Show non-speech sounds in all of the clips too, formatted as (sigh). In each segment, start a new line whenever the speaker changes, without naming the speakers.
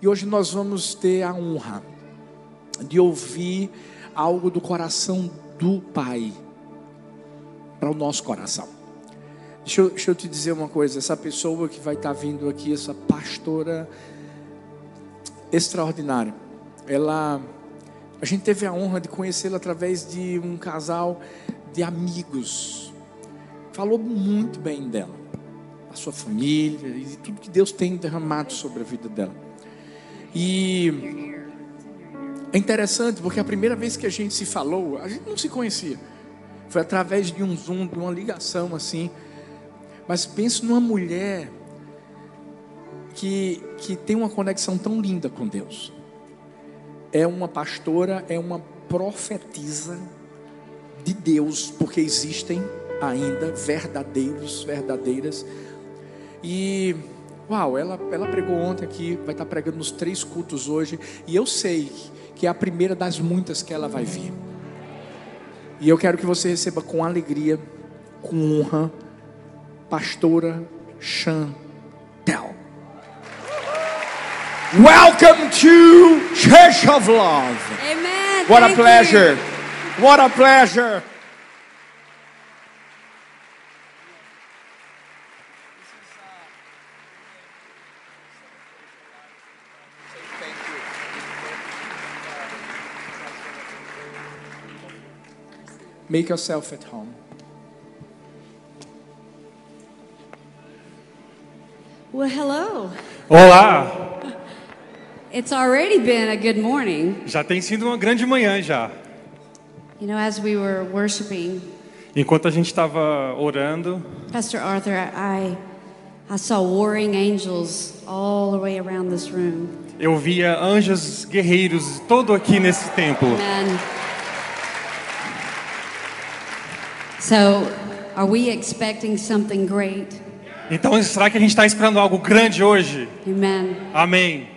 E hoje nós vamos ter a honra de ouvir algo do coração do Pai para o nosso coração. Deixa eu, deixa eu te dizer uma coisa: essa pessoa que vai estar vindo aqui, essa pastora extraordinária, ela. A gente teve a honra de conhecê-la através de um casal de amigos. Falou muito bem dela, a sua família e tudo que Deus tem derramado sobre a vida dela. E é interessante porque a primeira vez que a gente se falou, a gente não se conhecia. Foi através de um zoom, de uma ligação assim. Mas penso numa mulher que, que tem uma conexão tão linda com Deus é uma pastora, é uma profetisa de Deus, porque existem ainda verdadeiros, verdadeiras. E uau, ela, ela pregou ontem aqui, vai estar pregando nos três cultos hoje, e eu sei que é a primeira das muitas que ela vai vir. E eu quero que você receba com alegria, com honra, pastora Chantel. Welcome to Church of Love.
Amen.
What
Thank
a
you.
pleasure. What a pleasure. Make yourself at home.
Well, hello.
Olá!
It's already been a good morning.
Já tem sido uma grande manhã já.
You know, as we were worshiping,
Enquanto a gente estava orando,
Pastor Arthur, I I saw warring angels all the way around this room.
eu via anjos guerreiros todo aqui nesse templo.
And so, are we expecting something great?
Então será que a gente está esperando algo grande hoje?
Amen.
Amém.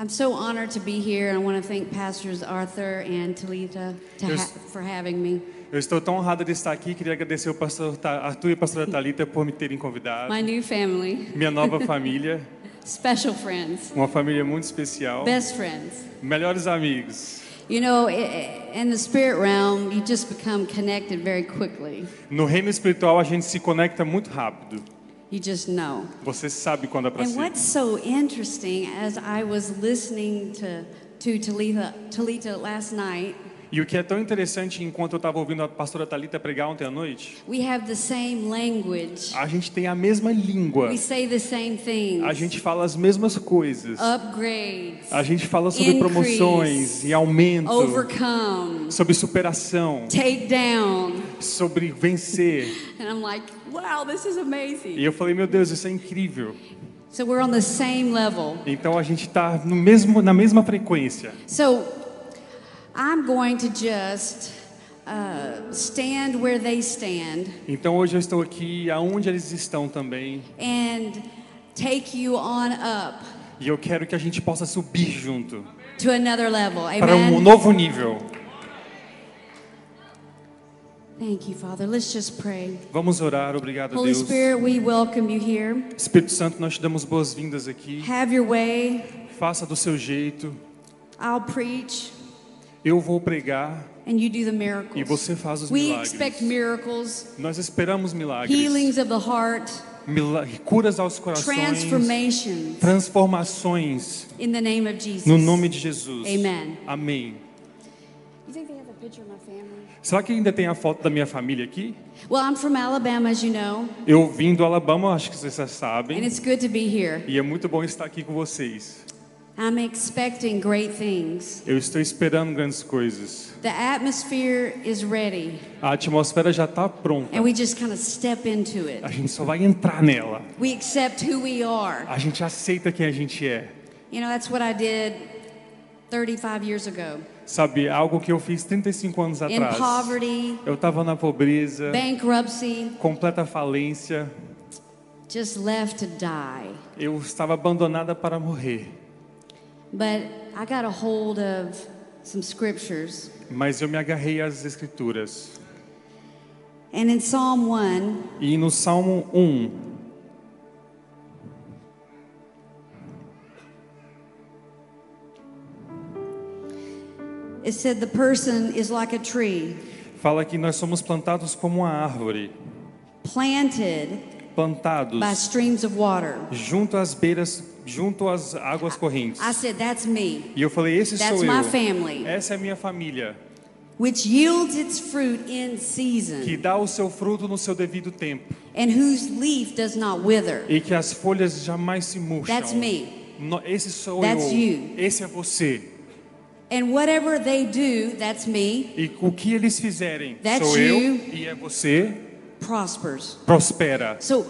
I'm so honored to be here. I want to thank Pastors Arthur and Talita to ha-
Yes.
for having me.
Eu estou tão honrado de estar aqui. Queria agradecer ao pastor Ta- Arthur e a pastora Thalita por me terem convidado.
My new family,
Minha
(laughs)
nova família,
special friends,
uma família muito especial.
best friends.
Melhores amigos.
You know, i- i- in the spirit realm, you just become connected very quickly.
No reino espiritual a gente se conecta muito rápido.
You just know.
Você sabe quando é para
And
ser.
what's so interesting, as I was listening to to Talitha, Talita last night,
E o que é tão interessante, enquanto eu estava ouvindo a pastora Talita pregar ontem à noite,
we have the same language.
a gente tem a mesma língua,
We say the same
a
things.
gente fala as mesmas coisas,
Upgrades,
a gente fala sobre
Increase.
promoções e aumento,
overcome,
sobre superação,
take down.
sobre vencer.
And I'm like, wow, this is
E
amazing.
eu falei, meu Deus, isso é incrível.
So we're on the same level.
Então a gente está no mesmo, na mesma frequência.
So I'm going to just uh, stand where they stand
Então hoje eu estou aqui aonde eles estão também,
and take you on up
e eu quero que a gente possa subir junto
to another level.
para um
Amen.
novo nível.
Thank you, Father. Let's just pray.
Vamos orar, obrigado
Holy
Deus.
Spirit, we welcome you here.
Espírito Santo, nós te damos boas-vindas aqui.
Have your way.
Faça do seu jeito.
I'll preach
Eu vou pregar.
and you do the miracles.
E você faz os
we
milagres.
expect miracles,
Nós esperamos milagres.
healings of the heart,
Mila- curas aos corações.
transformations
Transformações
in the name of Jesus.
no nome de Jesus.
Amen.
Amém.
You think they have a picture of my family?
Será que ainda tem a foto da minha família aqui?
Well, I'm from Alabama, as you know.
Eu vim do Alabama, acho que vocês já
And
sabem.
it's good to be here.
E é muito bom estar aqui com vocês.
I'm expecting great things.
Eu estou esperando grandes coisas.
The atmosphere is ready,
A atmosfera já está pronta.
and we just kind of step into it.
A gente só vai entrar nela.
We accept who we are.
A gente aceita quem a gente é.
You know, that's what I did 35 years ago
Sabe, algo que eu fiz 35 anos
in
atrás.
poverty,
Eu estava na pobreza,
bankruptcy,
completa falência,
just left to die.
eu estava abandonada para morrer.
But I got a hold of some scriptures.
Mas eu me agarrei às escrituras.
And in Psalm 1,
E no um, Salmo 1,
It said the person is like a tree
Fala que nós somos plantados como uma árvore,
planted
plantados
by streams of water.
junto às beiras, junto às águas correntes.
I said, That's me,
E eu falei, esse
That's
sou eu.
my family.
Essa é a minha família,
which yields its fruit in
que
season,
dá o seu fruto no seu devido tempo
and whose leaf does not wither.
e que as folhas jamais se murcham.
That's me.
No- esse sou
That's
eu.
you.
Esse é você.
And whatever they do, that's me,
E o que eles fizerem,
That's
sou
you.
eu e é você,
prospers.
prospera.
So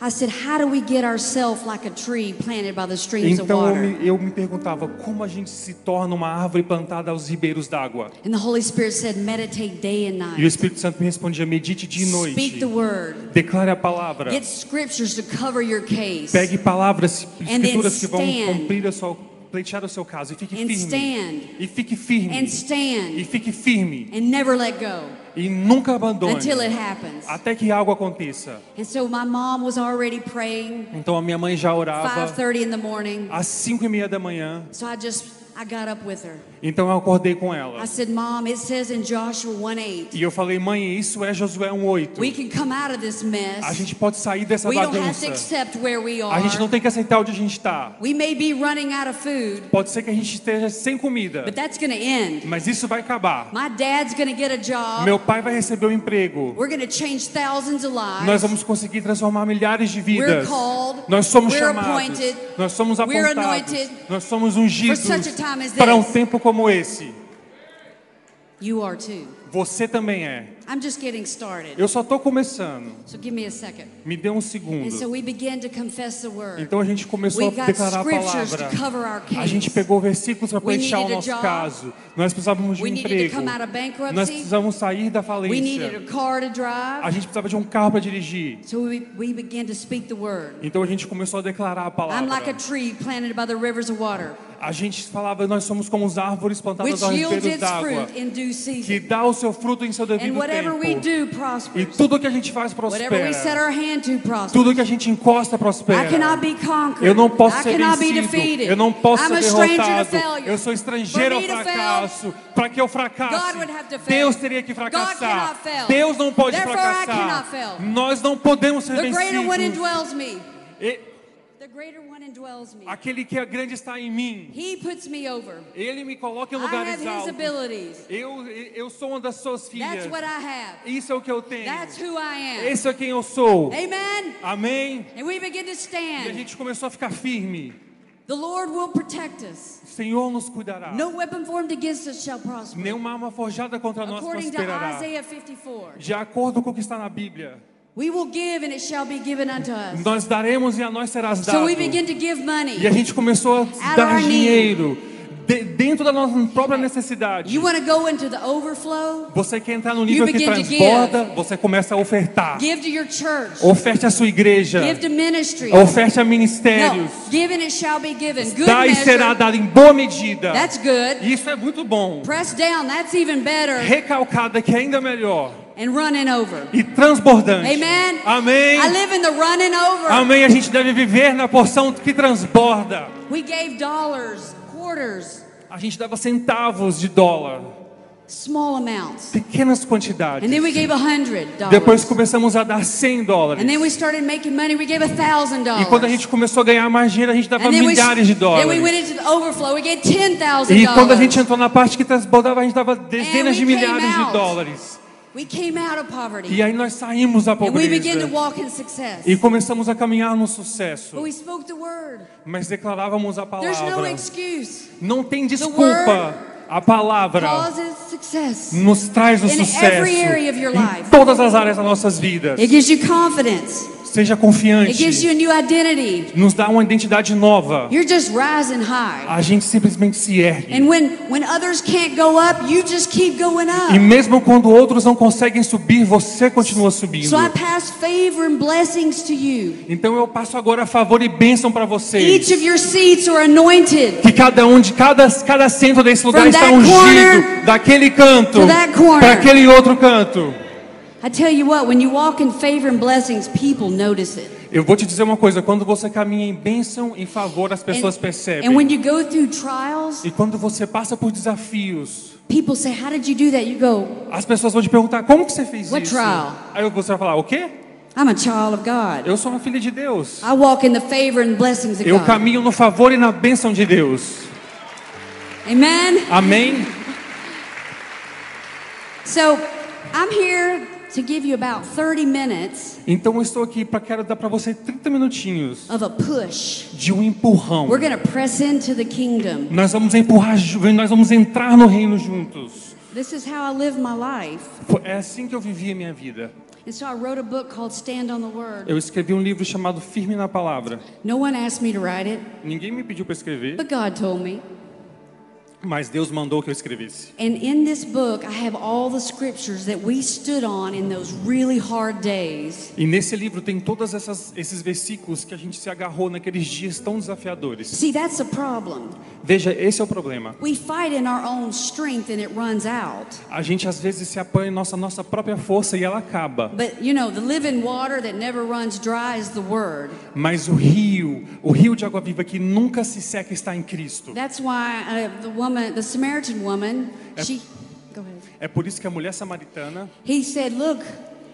I said, How do we get ourselves like a tree planted by the streams of
Então eu
water?
me, eu me perguntava como a gente se torna uma árvore plantada aos ribeiros d'água.
And the Holy Spirit said, Meditate day and
E o
night.
Espírito Santo me respondia: medite de
Speak
noite,
the word.
declare a palavra,
Get scriptures to cover your case.
pegue palavras,
then
escrituras que vão
stand.
cumprir a sua, pleitear o seu caso e fique
And
firme.
stand.
E fique firme.
And
E
stand
fique firme
and never let go
e nunca abandone
until it happens.
até que algo aconteça.
And so my mom was already praying
Então a minha mãe já orava
5:30 in the morning.
às cinco e meia da manhã.
So I just I got up with her.
Então eu acordei com ela
I said, "Mom, it says in Joshua 1:8,
e eu falei: mãe, isso é Josué 1:8.
we can come out of this
A
mess.
gente pode sair dessa
We don't have to
bagunça.
accept where we
A gente não
are.
tem que aceitar onde a gente está.
We may be running out of food,
Pode ser que a gente esteja sem comida,
but that's going to end.
mas isso vai acabar.
My dad's going to get a job.
Meu pai vai receber um emprego.
We're going to change thousands of
Nós
lives.
vamos conseguir transformar milhares de
We're
vidas.
called.
Nós somos
We're
chamados.
appointed.
Nós somos
We're
apontados.
anointed
Nós somos ungidos
for such a time as this.
para um tempo como esse.
You are too.
Você também é.
I'm just getting started.
Eu só estou começando.
So give me a second.
Me dê um
And so
segundo.
we began to confess the word.
Então a gente começou a
We got
declarar a
scriptures to
palavra.
cover our
A gente
case.
pegou versículos para
We
fechar o
needed a
nosso
job.
caso. Nós precisávamos de um
We needed to
emprego.
come out of bankruptcy.
Nós precisávamos sair da
We
falência.
needed a car to
A
drive.
gente precisava de um carro para dirigir.
So we, we began to speak the word.
Então a gente começou a declarar a
I'm like a
palavra.
tree planted by the rivers of water,
A gente falava, nós somos como as árvores
which
plantadas aos
yields
ribeiros
its
d'água,
fruit in due
que
season.
dá o seu fruto em seu
And
devido
whatever we
tempo.
do
E
prospers.
tudo que a gente faz
Whatever we set
prospera.
our hand to prospers.
Tudo que a gente encosta
I cannot
prospera.
be conquered.
Eu não posso
I
ser
cannot be
vencido.
defeated.
Eu não posso
I'm
ser
a stranger to
derrotado.
failure.
Eu sou estrangeiro ao
For me to fail,
fracasso. Para que eu fracasse,
God would have to fail.
Deus teria que
God cannot
fracassar.
fail.
Deus não pode
Therefore, I cannot
fracassar.
fail.
Nós não podemos ser
The greater one
vencidos.
indwells me.
E-
The greater one indwells me.
Aquele que é grande está em mim.
He puts me over.
Ele me coloca em
I
lugares
have his
altos.
abilities.
Eu, eu sou uma das suas filhas.
That's what I have.
Isso é o que eu tenho.
That's who I am.
Esse é quem eu sou.
Amen.
Amém?
And we begin to
E a
stand.
gente começou a ficar firme.
The Lord will protect us.
O Senhor nos cuidará.
No weapon formed against us shall prosper.
Nenhuma arma forjada contra nós
According to
prosperará.
Isaiah 54,
De acordo com o que está na Bíblia,
we will give and it shall be given unto us.
nós daremos e a nós serás dado.
So we begin to give
E a
money.
gente começou a
our
dar
need.
dinheiro de- dentro da nossa própria necessidade.
You want to go into the overflow?
Você quer entrar no nível que
begin to give.
transborda, você começa a ofertar.
Give to your church.
Oferte a sua igreja.
Give to ministry.
Oferte a
No,
ministérios.
give and it shall be given. Good
Dá e será
measure.
dado em boa medida.
That's good.
Isso é muito bom.
Pressed down. That's even better.
Recalcada que é ainda melhor.
And running over.
E transbordante.
Amen.
Amém.
I live in the running over.
Amém. A gente deve viver na porção que transborda.
We gave dollars, quarters,
A gente dava centavos de dólar.
small amounts.
Pequenas quantidades.
And then we gave a hundred
Depois
dollars.
começamos a dar 100 dólares.
And then we started making money. We gave a thousand
E quando a
dollars.
gente começou a ganhar mais dinheiro, a gente dava
And then we,
milhares de
then we went
dólares.
into the overflow. We gave ten thousand
E quando a gente
dollars.
entrou na parte que transbordava, a gente dava dezenas de
we came
milhares de
out.
dólares.
We came out of poverty.
E aí nós saímos da
And we began to
pobreza
walk Oh, in success.
e começamos a caminhar no
But
sucesso,
we spoke the word.
mas declarávamos a
There's no
palavra.
excuse.
Não tem desculpa. A palavra
Causes success.
nos traz o
In every
sucesso
area of your
em
life.
todas as áreas das nossas vidas.
It gives you confidence.
Seja
It gives you
confiante,
a new identity.
nos dá uma identidade nova.
You're just rising high.
A gente simplesmente se ergue.
And when when others can't go up, you just keep going
E
up.
mesmo quando outros não conseguem subir, você continua subindo.
So I pass favor and blessings to you.
Então eu passo agora favor e bênção para vocês.
Each of your seats are anointed.
que cada um de cada cada centro desse lugar
From
está
that
ungido
corner
daquele canto
to that corner.
para aquele outro canto.
I tell you what, when you walk in favor and blessings, people notice it.
Eu vou te dizer uma coisa, quando você caminha em bênção, em favor, as pessoas percebem.
and when you go through trials,
E quando você passa por desafios,
people say, How did you do that? You go,
as pessoas vão te perguntar como que você fez
What
isso.
trial?
Aí você vai falar, o quê?
I'm a child of God.
Eu sou uma filha de Deus.
I walk in the favor and blessings of
Eu
God.
caminho no favor e na bênção de Deus.
Amen.
Amém?
So I'm here to give you about 30 minutes
Então eu estou aqui para quero dar para você 30 minutinhos
of a push.
de um empurrão.
We're going to press into the kingdom.
Nós vamos empurrar, ju- nós vamos entrar no reino juntos.
This is how I live my life.
Fo- É assim que eu vivi a minha vida.
And so I wrote a book called Stand on the Word.
Eu escrevi um livro chamado Firme na Palavra.
No one asked me to write it,
Ninguém me pediu para escrever,
but God told me.
mas Deus mandou que eu escrevesse.
And in this book, I have all the scriptures that we stood on in those really hard days.
E nesse livro tem todos esses versículos que a gente se agarrou naqueles dias tão desafiadores.
See, that's the problem.
Veja, esse é o problema.
We fight in our own strength and it runs out.
A gente às vezes se apanha em nossa nossa própria força e ela acaba.
But you know, the living water that never runs dry is the word.
Mas o rio, o rio de água viva que nunca se seca está em Cristo.
That's why uh, the woman, the Samaritan woman, she go ahead.
É por isso que a mulher samaritana,
He said, "Look,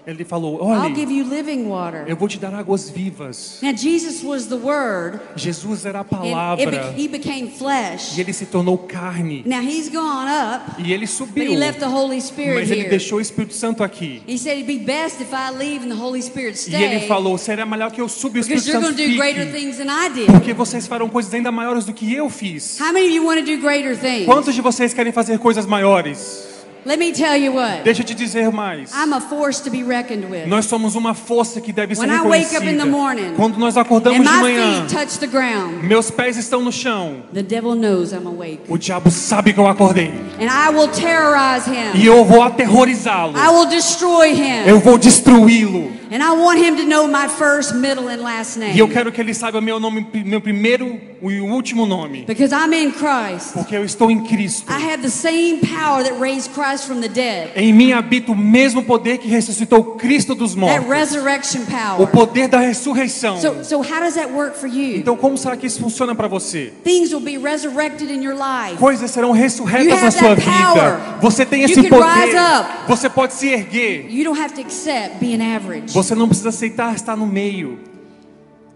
ele falou:
I'll
"Olhe,
give you living water."
eu vou te dar águas vivas".
Now Jesus was the word,
Jesus era a
and it
palavra
be- he became flesh.
e ele se tornou carne
Now he's gone up,
e
but
ele
he
subiu.
left the Holy Spirit
Mas ele
here.
deixou o Espírito Santo aqui.
He said it'd be best if I leave and the Holy Spirit
E ele
stay,
falou: "Será melhor que eu suba e o Espírito
because you're
Santo
going to do greater
fique,
things than I did.
porque vocês farão coisas ainda maiores do que eu fiz".
How many of you want to do greater things?
Quantos de vocês querem fazer coisas maiores?
Let me tell you what.
Deixa eu te dizer mais.
I'm a force to be reckoned with.
Nós somos uma força que deve ser
When I wake up in
reconhecida.
the morning,
Quando nós acordamos
and
de
my
manhã,
feet touch the ground.
meus pés estão no chão.
The devil knows I'm awake.
O diabo sabe que eu acordei.
And I will terrorize
E
him.
eu vou aterrorizá-lo.
I will destroy him.
Eu vou destruí-lo.
And I want him to know my first, middle, and last
E eu
name.
quero que ele saiba meu nome, meu primeiro e o último nome.
Because I'm in Christ.
Porque eu estou em Cristo.
I have the same power that raised Christ from the dead.
Em mim habita o mesmo poder que ressuscitou Cristo dos
That
mortos.
resurrection
O
power.
poder da ressurreição.
So, so how does that work for you?
Então como será que isso funciona para você?
Things will be resurrected in your life.
Coisas serão
You
ressurretas
have
na sua
that power.
vida. Você tem
You
esse
can
poder.
rise up.
Você pode se erguer.
You don't have to accept being average.
Você não precisa aceitar estar no meio.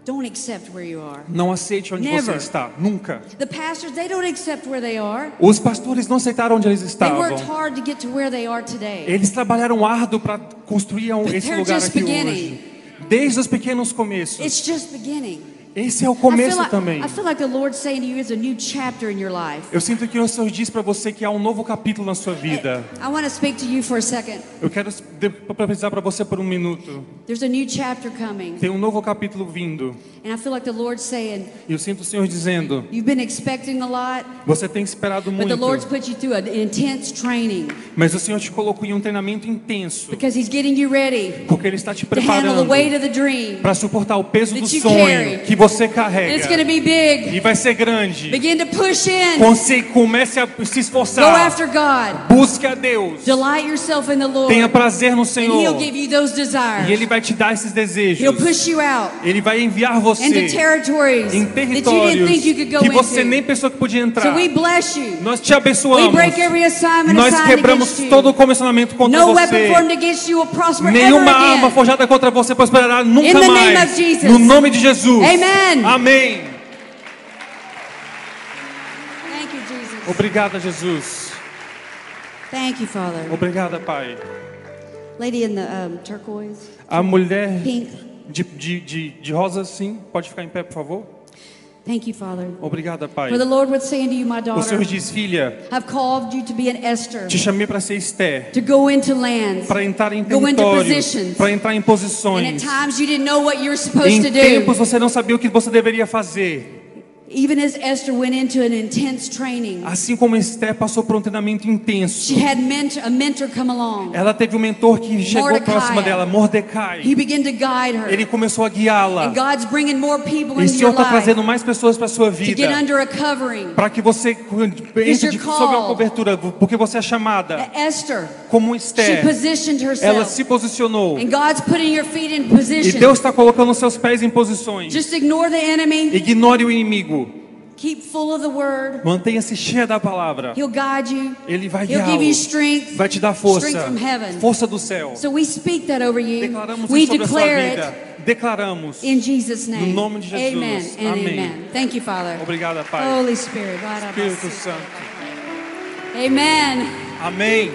Don't accept where you are.
Não aceite onde você
Never.
está. Nunca.
The pastors, they don't accept where they are.
Os pastores não aceitaram onde eles
They worked
estavam.
hard to get to where they are today.
Eles trabalharam árduo para construir um-
But
esse
they're
lugar
just
aqui
beginning.
hoje. Desde os pequenos começos.
It's just beginning.
Esse é o
I feel,
começo
like,
também.
I feel like the Lord's saying to you, it's a new chapter in your life.
Eu sinto que o Senhor diz para você que há um novo capítulo na sua vida.
I want to speak to you for a second.
Eu quero s- de- profetizar para você por um minuto.
There's a new chapter coming.
Tem um novo capítulo vindo.
And I feel like the Lord's saying,
E eu sinto o Senhor dizendo:
you've been expecting a lot,
Você tem esperado
but the Lord's
muito,
put you through an intense training
mas o Senhor te colocou em um treinamento intenso,
because He's getting you ready
porque Ele está te
to handle the
preparando.
weight of the dream.
para suportar o peso
That
do
you
sonho
carry.
que
And
você
it's going to
carrega
be big.
e vai ser grande.
Begin to push in.
Conse- comece a se
Go
esforçar.
after God.
Busque a Deus.
Delight yourself in the Lord.
Tenha prazer no
And He'll
Senhor
give you those
e
desires.
Ele vai te dar esses
He'll
desejos.
push you out
Ele vai enviar
into
você
territories
em
that you didn't
territórios
think you could go
que você nem
into.
pensou que podia entrar.
So we bless you.
Nós te
We
abençoamos.
break every assignment
Nós
assigned
quebramos
against you.
todo o comissionamento contra
no weapon
você.
formed against you will prosper
Nenhuma
ever again.
arma forjada contra você prosperará
In
nunca
the name
mais.
of Jesus.
No nome de Jesus.
Amen.
Amém.
Thank you, Jesus.
Obrigada, Jesus.
Thank you, Father.
Obrigada, Pai.
Lady in the um, turquoise,
A mulher
pink.
de, de, de, de rosa, sim, pode ficar em pé, por favor.
Thank you, Father.
Obrigada, Pai.
For the Lord was saying to you, my
O Senhor
daughter,
diz, filha,
I've called you to be an Esther,
te chamei para ser Esther,
to go into lands.
para entrar em
Go into
territórios,
positions.
para entrar em
And at
posições.
times you didn't know what you were supposed
Em
to do.
tempos você não sabia o que você deveria fazer.
Even as Esther went into an intense training,
Assim como Esté passou por um treinamento intenso,
she had mentor, a mentor come along.
ela teve um mentor que chegou
Mordecai.
próximo dela,
He
Mordecai.
began to guide her.
Ele começou a guiá-la.
And God's bringing more people
E o
into your
Senhor está
life
trazendo mais pessoas para sua
to get
vida.
under a covering.
Para que você entre de,
your call.
sob uma cobertura, porque você é chamada
Esther,
como
she
Esté.
positioned
Ela
herself.
se posicionou.
And God's putting your feet in
E
position.
Deus está colocando seus pés em posições.
Just ignore the
E
enemy.
Ignore o inimigo.
Keep full of the word.
Mantenha-se cheia da palavra.
He'll guide you.
Ele vai
He'll
guiá-lo.
give you strength.
Vai te dar força.
Strength from heaven.
Força do céu.
So we speak that over you.
Declaramos
We
isso sobre a sua
declare it
vida. Declaramos.
in Jesus' name.
No nome de Jesus.
Amen and
Amém.
amen. Thank you, Father.
Obrigada, Pai.
Holy Spirit.
Espírito Santo.
Amen.
Amém.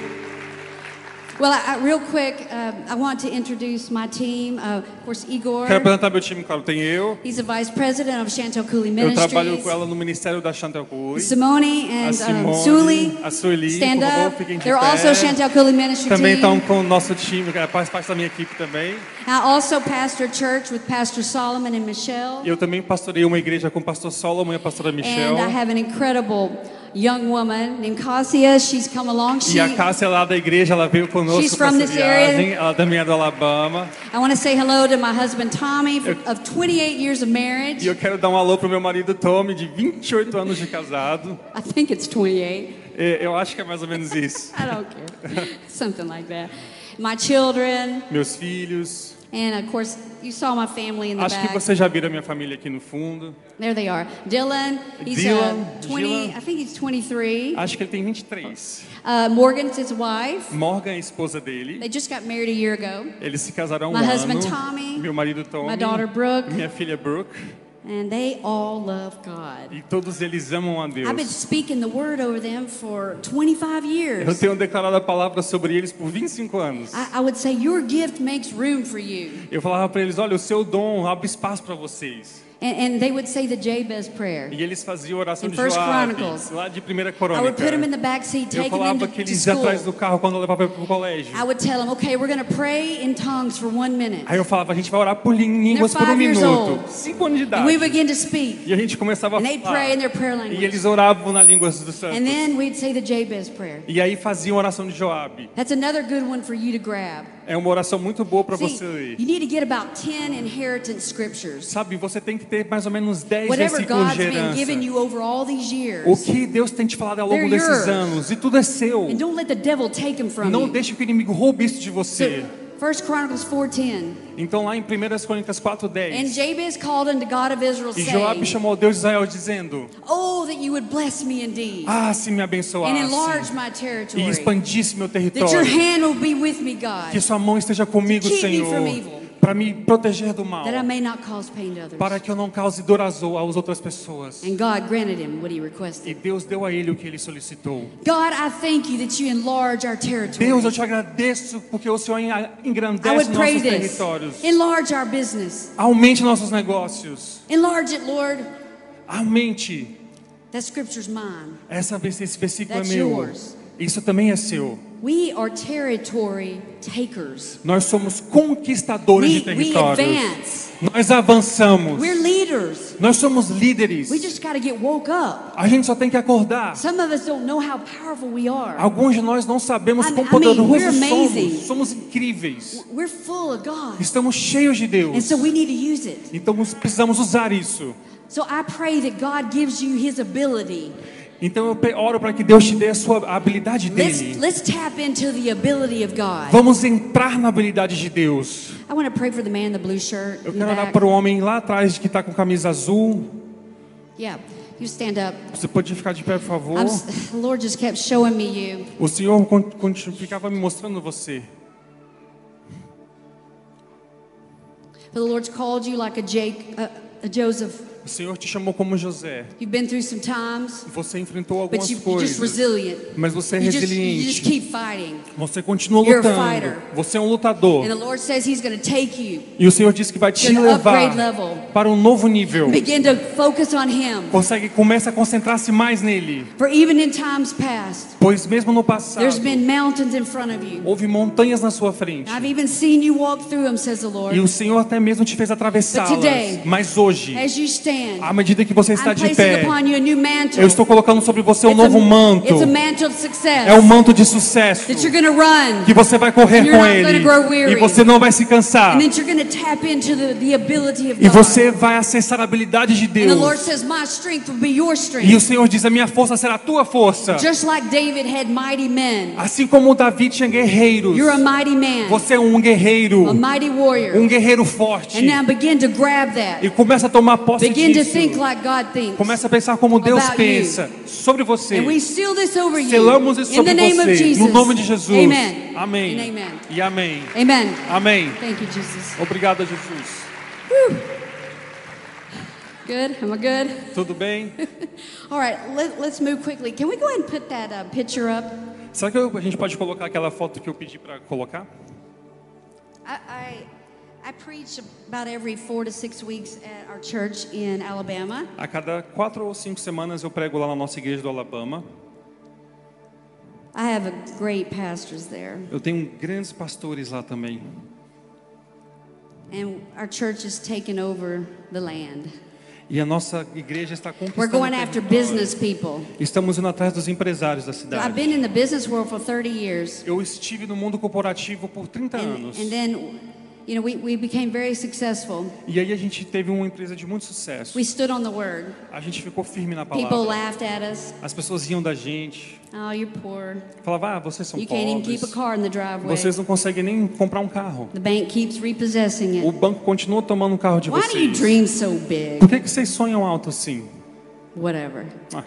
Well, I, I- real quick, um, I want to introduce my team. Uh, of course, Igor.
Quero apresentar meu time, claro. Tem eu.
He's the vice president of Chantel Cooley
Eu trabalho
Ministries.
com ela no Ministério da Chantal Cui.
Simone
A
and um,
Simone,
Suli.
a Sueli,
Stand
por favor,
up.
fiquem de
They're
pé.
also Chantel Cooley Ministry
Também estão
team.
com o nosso time, que é, faz parte da minha equipe também.
I also pastor a church with Pastor Solomon and Michelle.
Eu também pastorei uma igreja com o pastor Solomon e a pastora Michelle.
And I have an incredible young woman named Cassia. She's come along. She,
E a
I
Cássia lá da igreja, ela veio
She's
conosco para
from
essa
this area.
viagem. Ela também é do Alabama.
want to say hello to my husband Tommy for, of 28 years of marriage.
E eu quero dar um alô pro meu marido Tommy, de 28 anos de casado.
I think it's 28.
É, Eu acho que é mais ou menos isso.
I don't care. (laughs) Something like that. My children,
Meus filhos.
and of course, you saw my family in the
Acho que
back.
vocês já viram a minha família aqui no fundo.
There they are. Dylan, he's
Dylan,
uh, 20,
Dylan.
I think he's 23.
Acho que ele tem 23.
Uh, Morgan's his wife.
Morgan é a esposa dele.
They just got married a year ago.
Eles se casaram há um
My husband
ano.
Tommy.
Meu marido Tommy.
My daughter Brooke.
Minha filha Brooke.
And they all love God.
E todos eles amam a Deus.
I've been speaking the word over them for 25
Eu
years.
tenho declarado a palavra sobre eles por 25 anos.
I, I would say your gift makes room for you.
Eu falava para eles, olha, o seu dom abre espaço para vocês.
And, and they would say the Jabez prayer.
E eles faziam oração
In
de
First
Joabe,
Chronicles.
lá de Primeira
I would put them in
Crônica.
the back seat,
Eu
take them
falava
to,
que
to
eles iam atrás do
school.
carro quando eu levava para o colégio.
I would tell them, okay, we're going to pray in tongues for one minute.
Aí eu falava, a gente vai orar por lí- línguas por um
five years
minuto.
old.
Cinco anos de
And we
idade.
begin to speak.
E a gente começava a
And
(laughs)
they'd pray in
falar.
their prayer
E
language.
eles oravam na língua dos
And
santos.
then we'd say the Jabez prayer.
E aí faziam oração de Joabe.
That's another good one for you to grab.
É uma oração muito boa para
See,
você ler.
you need to get about 10 inheritance scriptures.
Sabe, você tem que ter mais ou menos 10
Whatever
versículos
God's
de
been giving
herança.
you over all these
O
years.
que Deus tem te falado ao longo
They're
desses
yours.
anos. E tudo é seu.
And don't let the devil take them from
Não
you.
deixe que o inimigo roube isso de você.
So, First Chronicles 4.10.
Então lá em 1 Crônicas 4:10,
And Jabez called unto God of Israel,
e Joabe
saying,
chamou Deus de Israel dizendo:
Oh, that you would bless me indeed,
Ah, se me
and enlarge
abençoasse
my
e
territory,
expandisse meu
that your
território,
hand will be with me, God,
que sua mão esteja comigo,
To keep me
Senhor,
from evil.
para me proteger do mal,
that I may not cause pain to others.
para que eu não cause dor às ou- às outras pessoas.
And God granted him what he
E
requested.
Deus deu a ele o que ele solicitou.
God, I thank you that you enlarge our territory.
Deus, eu te agradeço porque o Senhor enga-
I
engrandece
would pray
nossos
this.
territórios.
Enlarge our business.
Aumente nossos negócios.
Enlarge it, Lord.
Aumente.
That scripture's mine.
Essa, esse versículo
That's
é meu.
yours.
Isso também é seu.
We are territory takers.
Nós somos conquistadores
We,
de
we
territórios.
advance.
Nós avançamos.
We're leaders.
Nós somos líderes.
We just got to get woke up.
A gente só tem que acordar.
Some of us don't know how powerful we are.
Alguns de nós não sabemos
I-
quão
I mean,
poderosos
we're amazing.
somos. Somos incríveis.
We're full of God.
Estamos cheios de
And
Deus.
so we need to use it.
Então nós precisamos usar isso.
So I pray that God gives you his ability.
Então eu pe- oro para que Deus te dê a sua a habilidade
Let's,
dele.
let's tap into the ability of God.
Vamos entrar na habilidade de Deus.
I want to pray for the man in the blue shirt.
Eu
in the
quero orar
back.
para o homem lá atrás que está com camisa azul.
Yeah, you stand up.
Você pode ficar de pé, por favor.
I'm, s- (laughs) the Lord just kept showing me you.
O Senhor con- con- ficava me mostrando você.
For the Lord's called you like a Jake, a, a Joseph.
O Senhor te chamou como José.
You've been through some times,
Você enfrentou
but
algumas
you, you're just
coisas.
resilient.
Mas você é
You just, you just
resiliente.
keep fighting.
Você continua
You're a
lutando.
fighter.
Você é um lutador.
And the Lord says He's going to take you.
E o Senhor disse que vai te
You're an
levar
upgrade level.
para um novo nível.
Begin to focus on Him.
Consegue, começa a concentrar-se mais nele.
For even in times past,
Pois mesmo no passado,
there's been mountains in front of you.
houve montanhas na sua frente.
I've even seen you walk through them, says the
E
Lord.
o Senhor até mesmo te fez atravessá-las.
But today,
Mas hoje,
As you stand.
À medida que você está
I'm
de
placing
pé,
upon you a new mantle.
eu estou colocando sobre você um
It's a-
novo manto.
It's a mantle of success.
É um manto de sucesso.
that you're going to run.
Que você vai correr
You're
com
not gonna
ele.
grow weary.
E você não vai se cansar.
and that you're going to tap into the, the ability of
E
God.
você vai acessar a habilidade de
and the Lord
Deus.
says, My strength will be your
E o
strength.
Senhor diz: A minha força será a tua força.
Just like David had mighty men.
Assim como Davi tinha guerreiros.
You're a mighty man.
Ah, Você é um guerreiro.
a mighty warrior.
Um guerreiro forte.
and now begin to grab that.
E começa a tomar posse
begin to think
disso.
like God thinks.
Começa a pensar como Deus
about you.
pensa sobre você.
and we seal this over you.
Selamos isso
in the
sobre
name of
você.
Jesus.
No nome de Jesus.
Amen.
Amém.
And amen.
E amém.
Amen.
Amém.
Thank you, Jesus.
Obrigado, Jesus.
Good? Am I good?
Tudo bem?
All right, let, let's move quickly. Can we go ahead and put that uh, picture up?
Será que eu- a gente pode colocar aquela foto que eu pedi para colocar?
I, I, I preach about every four to six weeks at our church in Alabama.
A cada quatro ou cinco semanas eu prego lá na nossa igreja do Alabama.
I have a great pastors there,
Eu tenho grandes pastores lá também.
and our church is taking over the land.
E a nossa igreja está conquistando.
We're going
o
after
território.
business people.
Estamos indo atrás dos empresários da
I've
cidade.
been in the business world for 30 years,
Eu estive no mundo corporativo por 30
and,
anos.
and then, you know, we, we became very successful.
E aí a gente teve uma empresa de muito sucesso.
We stood on the word.
A gente ficou firme na
People
palavra.
laughed at us.
As pessoas riam da gente.
Oh, you're poor.
Falava, ah, vocês são
You can't even keep
pobres.
a car in the driveway.
Vocês não conseguem nem comprar um carro.
The bank keeps repossessing
O
it.
banco continua tomando o carro de
Why do you
vocês.
dream so big?
Por que, que vocês sonham alto assim?
Whatever.
Ah,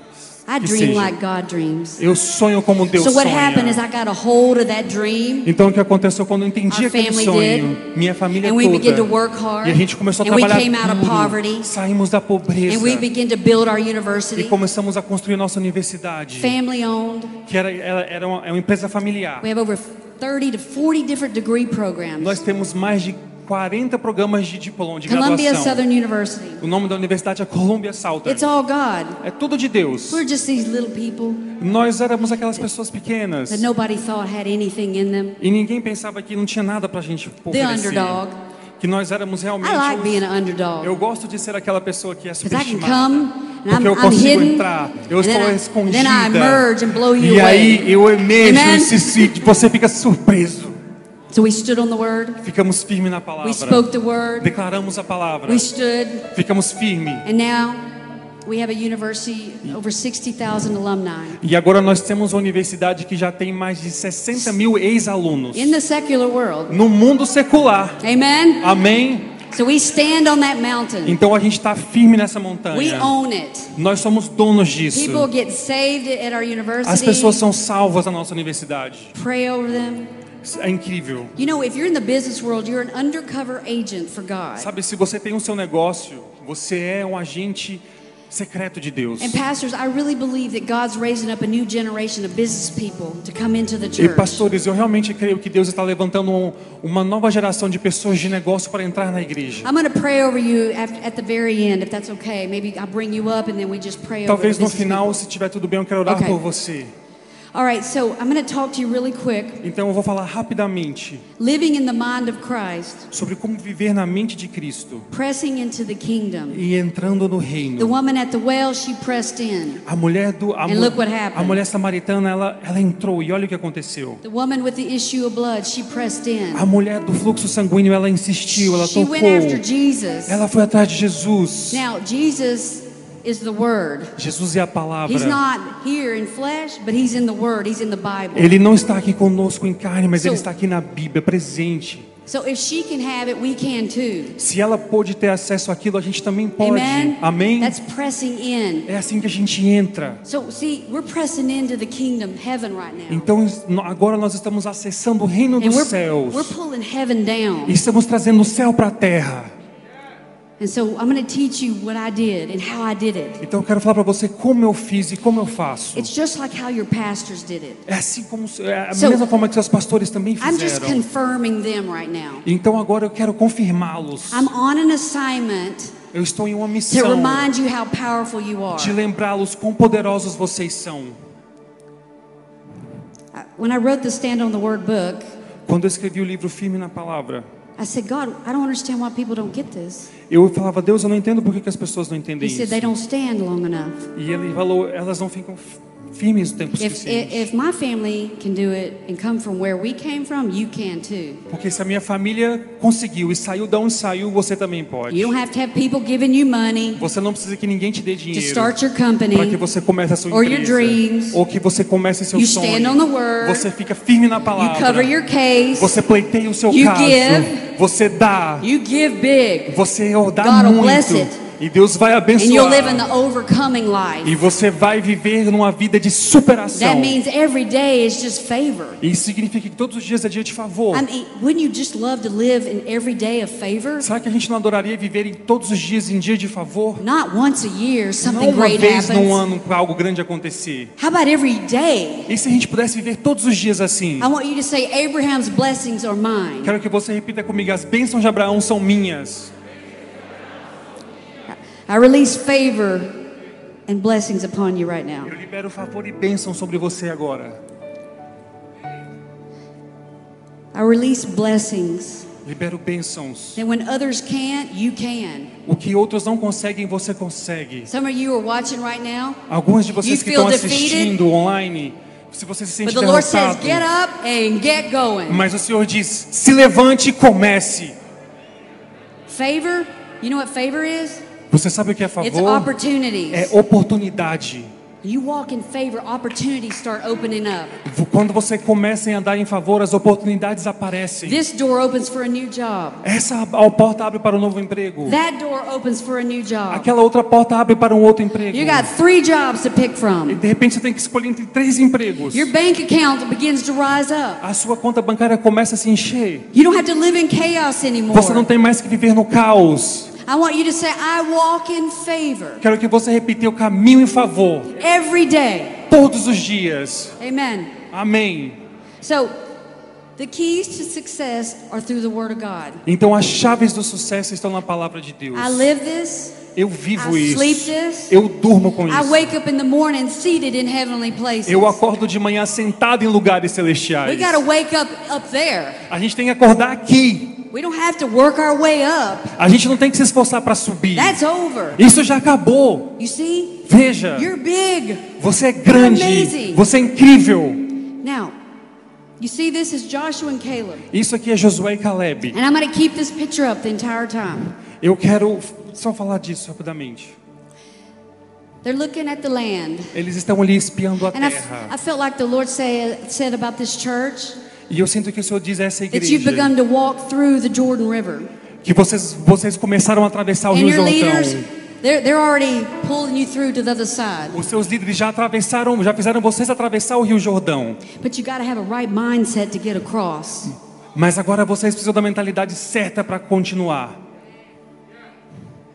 I
que
dream
seja.
like God dreams.
Eu sonho como Deus
So what happened is
sonha.
I got a hold of that dream
Então o que aconteceu quando eu entendi
Our
aquele
family
sonho? Minha família
and we began to
toda.
work hard.
E a gente começou a
And we
trabalhar
came out of poverty
duro. Saímos da pobreza.
and we began to build our
E
university.
começamos a construir nossa universidade.
Family owned.
Que era, ela era uma, é uma empresa familiar.
We have over 30 to 40 different degree
Nós
programs.
temos mais de 40 programas de diploma, de
Columbia
graduação.
Southern University.
O nome da universidade é Columbia Southern.
It's all God.
É tudo de Deus.
We're just these little people
Nós éramos aquelas pessoas pequenas.
that nobody thought had anything in them.
E ninguém pensava que não tinha nada pra gente
The
oferecer.
underdog.
Que nós éramos realmente...
I like
os-
being an underdog.
Eu gosto de ser aquela pessoa que é
Because I can
superestimada.
come and I'm,
Porque eu
I'm
consigo
hidden,
entrar, eu
and then
estou
I-
escondida.
Then I emerge and blow you
E
away.
aí eu é emerjo
Amen?
e se- se- você fica surpreso.
So we stood on the word.
Ficamos firmes na
We
palavra.
spoke the word.
Declaramos a palavra.
We stood,
Ficamos firmes.
and now we have a university over 60,000 alumni.
E agora nós temos uma universidade que já tem mais de 60 mil ex-alunos.
In the secular world.
No mundo secular.
Amen?
Amém?
So we stand on that mountain.
Então a gente está firme nessa
We
montanha.
own it.
Nós somos donos disso.
People get saved at our
As pessoas
university.
são salvas na nossa universidade.
Pray over them.
É incrível.
You know, if you're in the business world, you're an undercover agent for God.
Sabe, se você tem o seu negócio, você é um agente secreto de Deus.
And pastors, I really believe that God's raising up a new generation of business people to come into the
E
church.
pastores, eu realmente creio que Deus está levantando um- uma nova geração de pessoas de negócio para entrar na igreja.
I'm going to pray over you at, at the very end, if that's okay. Maybe I'll bring you up and then we just pray over
Talvez
the
no
business
final, se tiver tudo bem, eu quero orar
Ok.
por você.
people. All right, so I'm going to talk to you really quick.
Então eu vou falar rapidamente
Living in the mind of Christ,
sobre como viver na mente de Cristo
pressing into the kingdom.
e entrando no
The
reino.
woman at the well, she pressed in.
A mulher do a,
And
mu-
look what happened.
a mulher samaritana, ela ela entrou e olha o que aconteceu.
The woman with the issue of blood, she pressed in.
A mulher do fluxo sanguíneo, ela insistiu, ela
She
tocou.
went after Jesus.
Ela foi atrás de Jesus.
Now, Jesus is the Word.
Jesus é a palavra.
He's not here in flesh, but he's in the Word, he's in the Bible.
Ele não está aqui conosco em carne, mas
So-
ele está aqui na Bíblia, presente.
So if she can have it, we can too.
Se ela pôde ter acesso àquilo, a gente também pode.
Amen?
Amém?
That's pressing in.
É assim que a gente entra.
So, see, we're pressing into the kingdom, heaven right now.
Então, es- no- agora nós estamos acessando o reino
And
dos
we're,
céus.
we're pulling heaven
E
down.
estamos trazendo o céu para a terra.
And so, I'm going to teach you what I did and how I did it.
Então, eu quero falar para você como eu fiz e como eu faço.
It's just like how your pastors did it.
É assim como se- é a
So-
mesma forma que seus pastores também
I'm just
fizeram.
confirming them right now.
Então, agora eu quero confirmá-los.
I'm on an assignment
Eu estou em uma
to
missão
remind you how powerful you are.
de lembrá-los quão poderosos vocês são.
When I wrote the Stand on the Word book,
Quando eu escrevi o livro Firme na Palavra,
I said, God, I don't understand why people don't get this.
Eu falava, Deus, eu não entendo por que que as pessoas não entendem
He said,
isso.
they don't stand long enough.
E ele falou, elas não ficam f- firmes o tempo
If,
suficiente.
if my family can do it and come from where we came from, you can too.
Porque se a minha família conseguiu e saiu da onde saiu, você também pode.
You don't have to have people giving you money
Você não precisa que ninguém te dê
to
dinheiro
start your
para que
company.
você comece a sua
or your
empresa.
dreams.
Ou que você comece seu
You stand on the
sonho.
word.
Você fica firme na
You cover
palavra.
your case.
Você pleiteia o seu
You
caso.
give.
Você dá.
You give big.
Você dá
God will
muito.
bless it.
E Deus vai
And you'll live in
abençoar.
the overcoming
E
life.
você vai viver numa vida de superação.
That means every day is just favor.
Isso significa que todos os dias é dia de favor.
I mean, wouldn't you just love to live in every day of favor?
Será que a gente não adoraria viver em todos os dias em dia de favor?
Not once a year
Não
something
uma
great
vez num
happens.
ano para algo grande acontecer.
How about every day?
E se a gente pudesse viver todos os dias assim?
I want you to say, Abraham's blessings are mine.
Quero que você repita comigo: as bênçãos de Abraão são minhas.
I release favor and blessings upon you right now.
Eu libero favor e bênção sobre você agora.
I release blessings.
Libero bênçãos.
That when others can't, you can.
O que outros não conseguem, você consegue.
Some of you are watching right now,
Alguns de vocês
You
que
feel
estão
defeated?
assistindo online, se você se
but
sente
the Lord says,
derrotado,
get up and get going.
mas o Senhor diz: se levante e comece.
Favor, you know what favor is?
Você sabe o que é
It's
favor? É
opportunities.
oportunidade.
You walk in favor, opportunities start opening up.
Quando você começa a andar em favor, as oportunidades aparecem.
This door opens for a new job.
Essa a porta abre para um novo emprego.
That door opens for a new job.
Aquela outra porta abre para um outro emprego.
You got three jobs to pick
E
from.
de repente você tem que escolher entre três empregos.
Your bank account begins to rise up.
A sua conta bancária começa a se encher.
You don't have to live in chaos anymore.
Você não tem mais que viver no caos.
I want you to say, I walk in favor
Quero que você repita o caminho em favor
every day.
todos os dias.
Amen.
Amém.
So, the keys to success are through the Word of God.
Então as chaves do sucesso estão na palavra de Deus.
I live this,
Eu vivo
I
isso.
sleep this.
Eu durmo com
I
isso.
wake up in the morning seated in heavenly places.
Eu acordo de manhã sentado em lugares celestiais.
We got to wake up up there.
A gente tem que acordar aqui.
We don't have to work our way up.
A gente não tem que se esforçar para subir.
That's over.
Isso já acabou.
You see?
Veja,
You're big.
você é grande,
amazing.
você é incrível.
Now, you see, this is Joshua and Caleb.
Isso aqui é Josué e Caleb.
And I'm going to keep this picture up the entire time.
Eu quero só falar disso rapidamente.
They're looking at the land.
Eles estão ali espiando a
And I, f-
terra.
I felt like the Lord say, said about this church
E eu sinto que o Senhor diz a essa
that you've begun to
igreja
walk through the Jordan River.
que vocês, vocês começaram a atravessar o
And
Rio
your leaders,
Jordão.
they're, they're already pulling you through to the other side.
Os seus líderes já atravessaram, já fizeram vocês atravessar o Rio Jordão.
But you got to have a right mindset to get across.
Mas agora vocês precisam da mentalidade certa para continuar.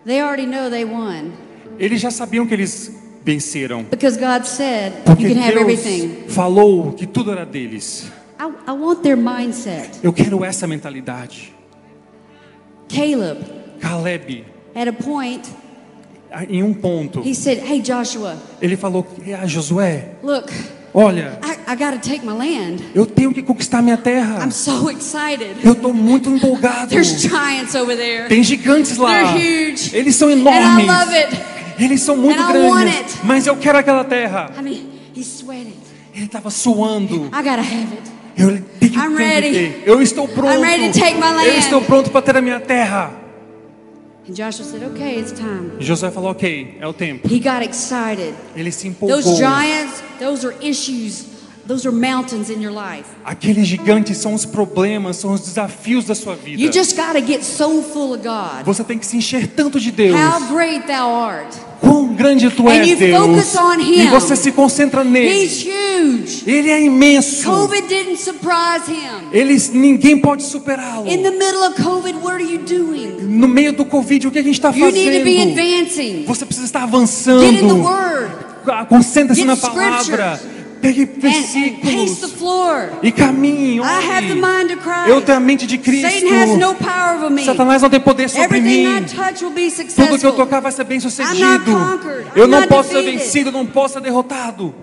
They already know they won
Eles já sabiam que eles venceram.
because God said
Porque
you can have everything.
Deus falou que tudo era deles.
I, I want their mindset.
Eu quero essa mentalidade.
Caleb,
Caleb,
at a point,
em um ponto,
he said, Hey, Joshua,
ele falou: ah, Josué,
look,
olha,
I, I got to take my land.
eu tenho que conquistar minha terra.
I'm so (laughs) excited.
Eu tô muito empolgado.
There's giants over there.
Tem gigantes lá.
They're huge.
Eles são
And I
enormes.
love it.
Eles são muito
And I want
grandes.
it.
Mas eu quero aquela terra.
I mean, he's sweating.
Ele tava suando.
I got to have it.
Eu tenho que
I'm ready.
entender. Eu estou pronto.
ready to take my land.
Eu estou pronto para ter a minha terra.
And Joshua said, Okay, it's time.
E Josué falou: "OK, é o tempo."
He got excited.
Ele se empolgou.
Those giants, those are issues, those are mountains in your life.
Aqueles gigantes são os problemas, são os desafios da sua vida.
You just got to get so full of God.
Você tem que se encher tanto de Deus.
How great thou art.
Quão grande tu
And
és,
you
Deus.
focus on
E
Him.
você se concentra
He's
nele.
huge.
Ele é imenso.
COVID didn't surprise him.
Eles, ninguém pode superá-lo.
In the middle of COVID, what are you doing?
No meio do Covid, o que a gente está
You need to be
fazendo?
advancing.
Você precisa estar
Get in the
avançando.
Word
Ah, Concentra-se
Get
na
scriptures.
palavra. Pegue
and, and pace the
versículos
floor.
e caminhe.
I have the
ore.
mind of Christ.
Eu tenho a mente de Cristo.
Satan has no power over me.
Satanás não tem poder sobre
Everything I
mim.
touch will be
Tudo que eu
successful.
tocar vai ser bem
I'm not
sucedido.
conquered. I'm
Eu não
not
posso ser
defeated.
vencido, não posso ser derrotado.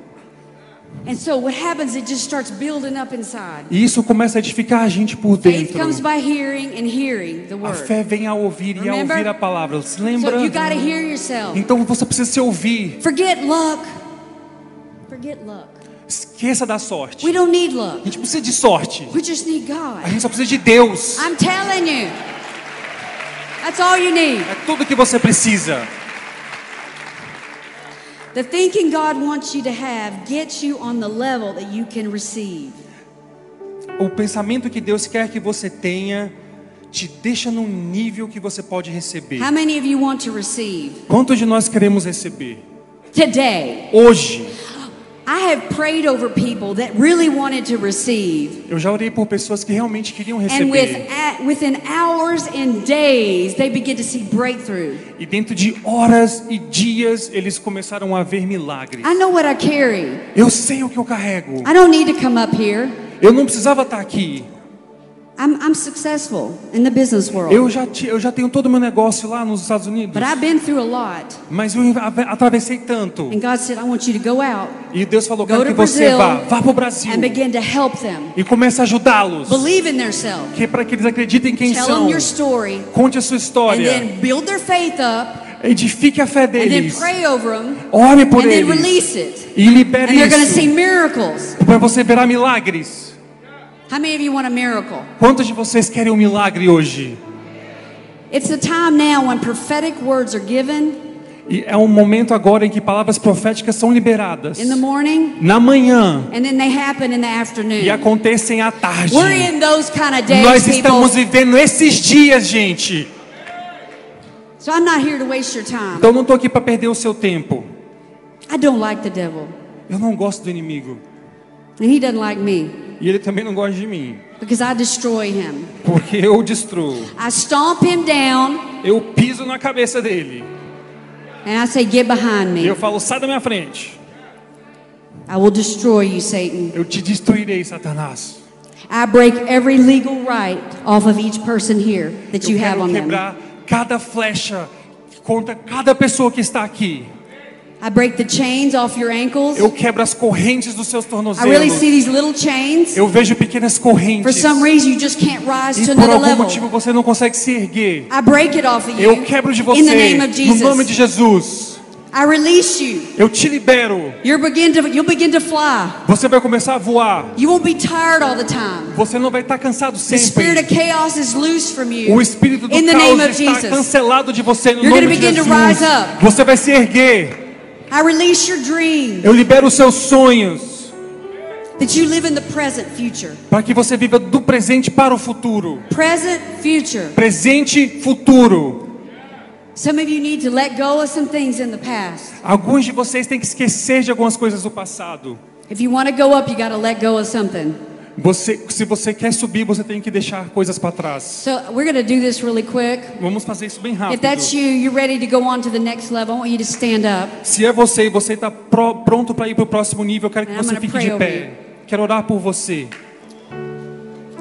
And so what happens, it just starts building up inside.
E isso começa a edificar a gente por
Faith
dentro.
comes by hearing and hearing the
A fé
word.
vem ao ouvir e ao
Remember?
ouvir a palavra. Se lembra?
So you got to hear yourself.
Então você precisa se ouvir.
Forget luck. Forget luck.
Esqueça da sorte.
We don't need
A
luck.
gente precisa de sorte.
We just need
A
God.
gente só precisa de Deus.
I'm telling you. That's all you need.
É tudo que você precisa.
The thinking God wants you to have gets you on the level that you can receive.
O pensamento que Deus quer que você tenha te deixa num nível que você pode receber.
How many of you want to receive?
Quantos de nós queremos receber?
Today,
Hoje,
I have prayed over people that really wanted to receive.
eu já orei por pessoas que realmente queriam
And with,
receber.
a- within hours and days, they begin to see breakthrough.
E dentro de horas e dias, eles começaram a ver milagres.
I know what I carry.
Eu sei o que eu carrego.
I don't need to come up here.
Eu não precisava estar aqui.
I'm, I'm successful in the business
Eu
world.
já, ti- eu já tenho todo o meu negócio lá nos Estados Unidos.
But I've been through a lot.
Mas eu ave- atravessei tanto.
And God said, I want you to go out
E Deus falou,
Go
quero que
to
você
Brazil
vá. Vá para o Brasil.
and begin to help them.
E comece a ajudá-los.
Believe in themselves.
Que é para que eles acreditem quem
Tell
são.
them your story.
Conte a sua
And
história.
then build their faith up.
Edifique a fé
And then
deles.
pray over them.
Ore por
And then
eles.
release it.
E libere
And they're going to
isso.
see miracles.
Para você verá milagres.
How many of you want a miracle?
Quantos de vocês querem um milagre hoje?
It's a time now when prophetic words are given
E é um momento agora em que palavras proféticas são liberadas.
in the morning
Na manhã.
and then they happen in the
E
afternoon.
acontecem à tarde.
We're in those kind of days,
Nós
people.
estamos vivendo esses dias, gente.
So I'm not here to waste your time.
Então não estou aqui para perder o seu tempo.
I don't like the devil,
Eu não gosto do inimigo.
and he doesn't like me
E ele também não gosta de mim.
because I destroy him.
Porque eu destruo.
I stomp him down
Eu piso na cabeça dele.
and I say, Get behind
E eu
me.
falo, sai da minha frente.
I will destroy you, Satan.
Eu te destruirei, Satanás.
I break every legal right off of each person here that you
Eu
have
quero
on them.
quebrar cada flecha contra cada pessoa que está aqui.
I break the chains off your ankles.
Eu quebro as correntes dos seus
I really
tornozelos.
see these little chains.
Eu vejo pequenas
For
correntes.
some reason, you just can't rise to
E por
another
algum
level.
motivo você não consegue se erguer.
I break it off of you
Eu quebro de
in the
você
name of
no nome de
Jesus.
Jesus.
I release you.
Eu te libero.
You're begin to, you'll begin to fly.
Você vai começar a voar.
You won't be tired all the time.
Você não vai estar cansado
The spirit of
sempre.
chaos is loose from you.
O espírito do
in the name of
caos está
Jesus.
cancelado de você no
You're
nome
gonna
de
begin to
Jesus.
rise up.
Você vai se erguer.
I release your dream
Eu libero os seus sonhos
that you live in the present future.
para que você viva do presente para o futuro.
Present future.
Presente, futuro.
Some of you need to let go of some things in the past.
Alguns de vocês têm que esquecer de algumas coisas do passado.
If you want to go up, you got to let go of something.
Você, se você quer subir, você tem que deixar coisas para trás.
So we're going to do this really quick.
Vamos fazer isso bem
If
rápido.
that's you, you're ready to go on to the next level. I want you to stand up.
Se é você e você está pronto para ir para o próximo nível, eu quero que
I'm
você
gonna
fique
pray
de
over
pé. Quero orar por você.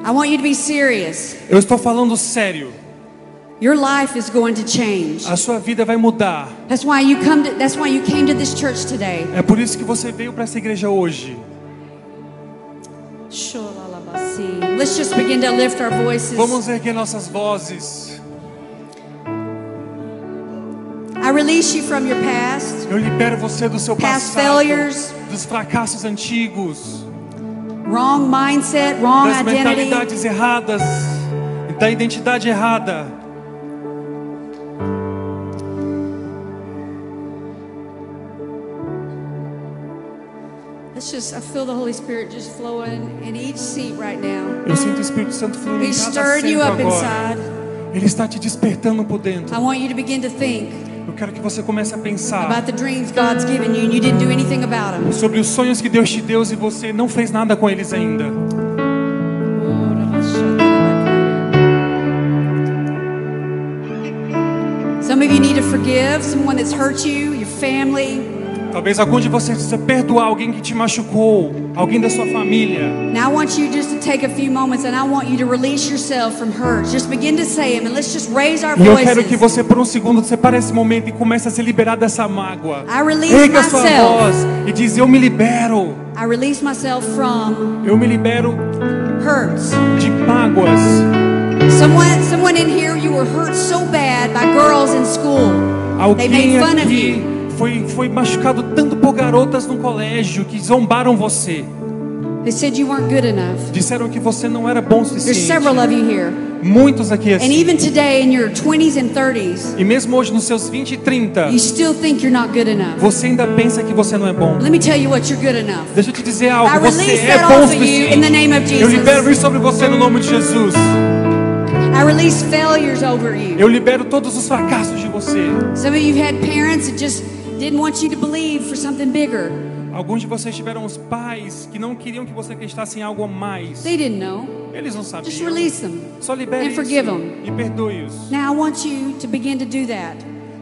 I want you to be serious.
Eu estou falando sério.
Your life is going to change.
A sua vida vai mudar.
That's why you come to, that's why you came to this church today.
É por isso que você veio para essa igreja hoje.
Sholalabasi. Let's just begin to lift our voices.
Vamos erguer nossas vozes.
I release you from your past,
Eu libero você do seu
Past
passado,
failures.
dos fracassos antigos,
wrong mindset, wrong
das
identity.
mentalidades erradas, da identidade errada.
Let's just, I feel the Holy Spirit just flowing in each seat right now.
Eu sinto o Espírito Santo fluindo em
He's
cada
stirring
centro
you up
agora.
inside.
Ele está te despertando por dentro.
I want you to begin to think
Eu quero que você comece a pensar
about the dreams God's given you and you didn't do anything about them.
sobre os sonhos que Deus te deu e você não fez nada com eles ainda.
Some of you need to forgive someone that's hurt you, your family.
Talvez algum de vocês precisa perdoar alguém que te machucou, alguém da sua família.
Now I want you just to take a few moments and I want you to release yourself from hurt. Just begin to say them and let's just raise our
E eu quero que
voices.
você, por um segundo, separe esse momento e comece a se liberar dessa mágoa.
I release
Erga sua
myself.
voz e diz: Eu me libero.
I release myself from
Eu me libero
hurts.
de mágoas.
Someone, someone in here, you were hurt so bad by girls in school. They
Alguém
made fun of
aqui
you.
foi, foi machucado tanto por garotas no colégio que zombaram você.
They said you weren't good enough.
Disseram que você não era bom o
There's
suficiente.
several of you here.
Muitos aqui
And
assim.
even today, in your 20s and 30s,
E mesmo hoje, nos seus 20 e 30,
you still think you're not good enough.
você ainda pensa que você não é bom.
Let me tell you what you're good enough.
Deixa eu te dizer
I
algo. Você
release
é
that
bom o
off of you in the name of
suficiente. Eu
Jesus.
libero isso sobre você no nome de Jesus.
I release failures over you.
Eu libero todos os fracassos de você.
Some of you had parents that just didn't want you to believe for something bigger.
Alguns de vocês tiveram os pais que não queriam que você acreditasse em algo a mais.
They didn't know.
Eles não
Just
sabiam.
release them.
Só libere
and
isso
forgive 'em.
e perdoe-os.
Now I want you to begin to do that.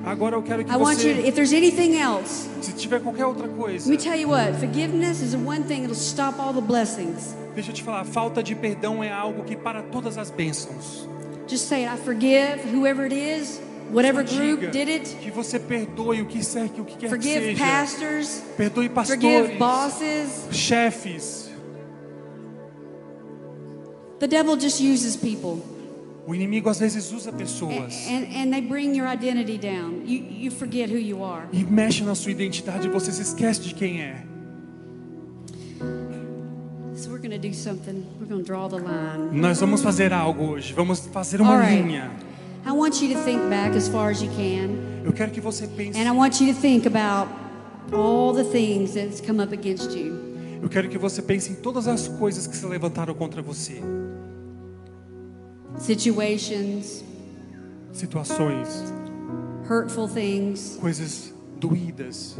Agora eu quero que
I want you to,
você,
if there's anything else,
se tiver qualquer outra
let me
coisa,
tell you what, forgiveness is the one thing that'll stop all the blessings.
deixa eu te falar, falta de perdão é algo que para todas as bênçãos.
Just say it. I forgive whoever it is, whatever group
Diga
did it.
Que você perdoe o que quer que o que quer que
Forgive
seja.
pastors.
Perdoe
Forgive
pastores,
bosses.
chefes.
The devil just uses people.
O inimigo às vezes usa
And,
pessoas
and, and they bring your identity down. You, you forget who you are.
e mexe na sua identidade, você se esquece de quem é.
So we're going to do something. We're going to draw the line.
Nós vamos fazer algo hoje, vamos fazer uma
Alright.
linha.
I want you to think back as far as you can.
Eu quero que você pense,
And I want you to think about all the things that's come up against you.
eu quero que você pense em todas as coisas que se levantaram contra você,
Situations,
situações,
hurtful things.
coisas doídas.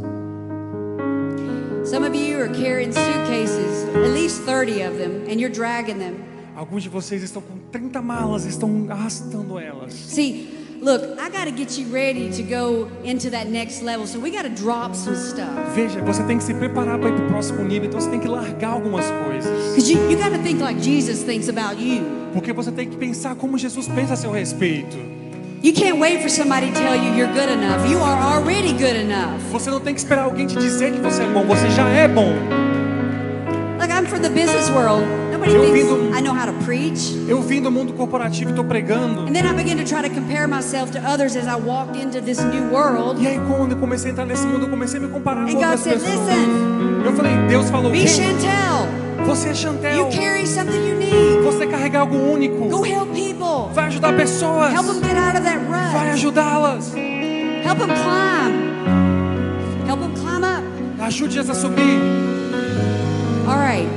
Some of you are carrying suitcases, at least 30 of them, and you're dragging them.
Alguns de vocês estão com 30 malas, estão arrastando elas.
See, look, I got to get you ready to go into that next level. So we got to drop some stuff.
Veja, você tem que se preparar para ir para o próximo nível, então você tem que largar algumas coisas.
Because you, you got to think like Jesus thinks about you.
Porque você tem que pensar como Jesus pensa a seu respeito.
You can't wait for somebody to tell you you're good enough. You are already good enough.
Você não tem que esperar alguém te dizer que você é bom, você já é bom.
Like, I'm from the business world. Nobody
Eu
thinks
vim do-
I know how to preach.
Eu vim do mundo corporativo e estou pregando.
And then I began to try to compare myself to others as I walked into this new world.
E aí quando eu comecei a entrar nesse mundo, eu comecei a me comparar
And
com
God
outras
said,
pessoas.
Listen,
Eu falei, Deus falou,
be
"Ei,
Chantel.
você é
You
Chantel,
carry something unique.
você carrega algo
Go
único,
help people.
vai ajudar pessoas,
Help them get out of that
vai
rut.
ajudá-las,
Help them climb. Help them climb up.
ajude-as a subir.
All right.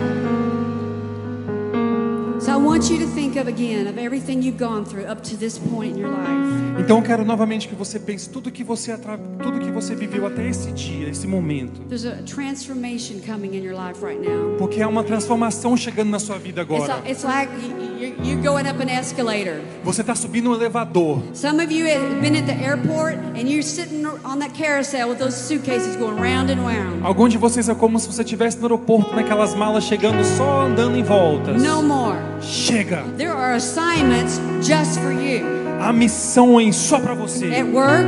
So I want you to think of again of everything you've gone through up to this point in your life.
Então eu quero novamente que você pense tudo que você atra- tudo que você viveu até esse dia, esse momento,
There's a transformation coming in your life right now.
porque há uma transformação chegando na sua vida
It's,
agora.
it's like you- you- you're going up an escalator.
Você está subindo um elevador.
Some of you have been at the airport and you're sitting on that carousel with those suitcases going round and round.
Alguns de vocês é como se você estivesse no aeroporto naquelas malas chegando só andando em voltas.
No more.
Chega.
There are assignments just for you
Há missões é só para você.
at work,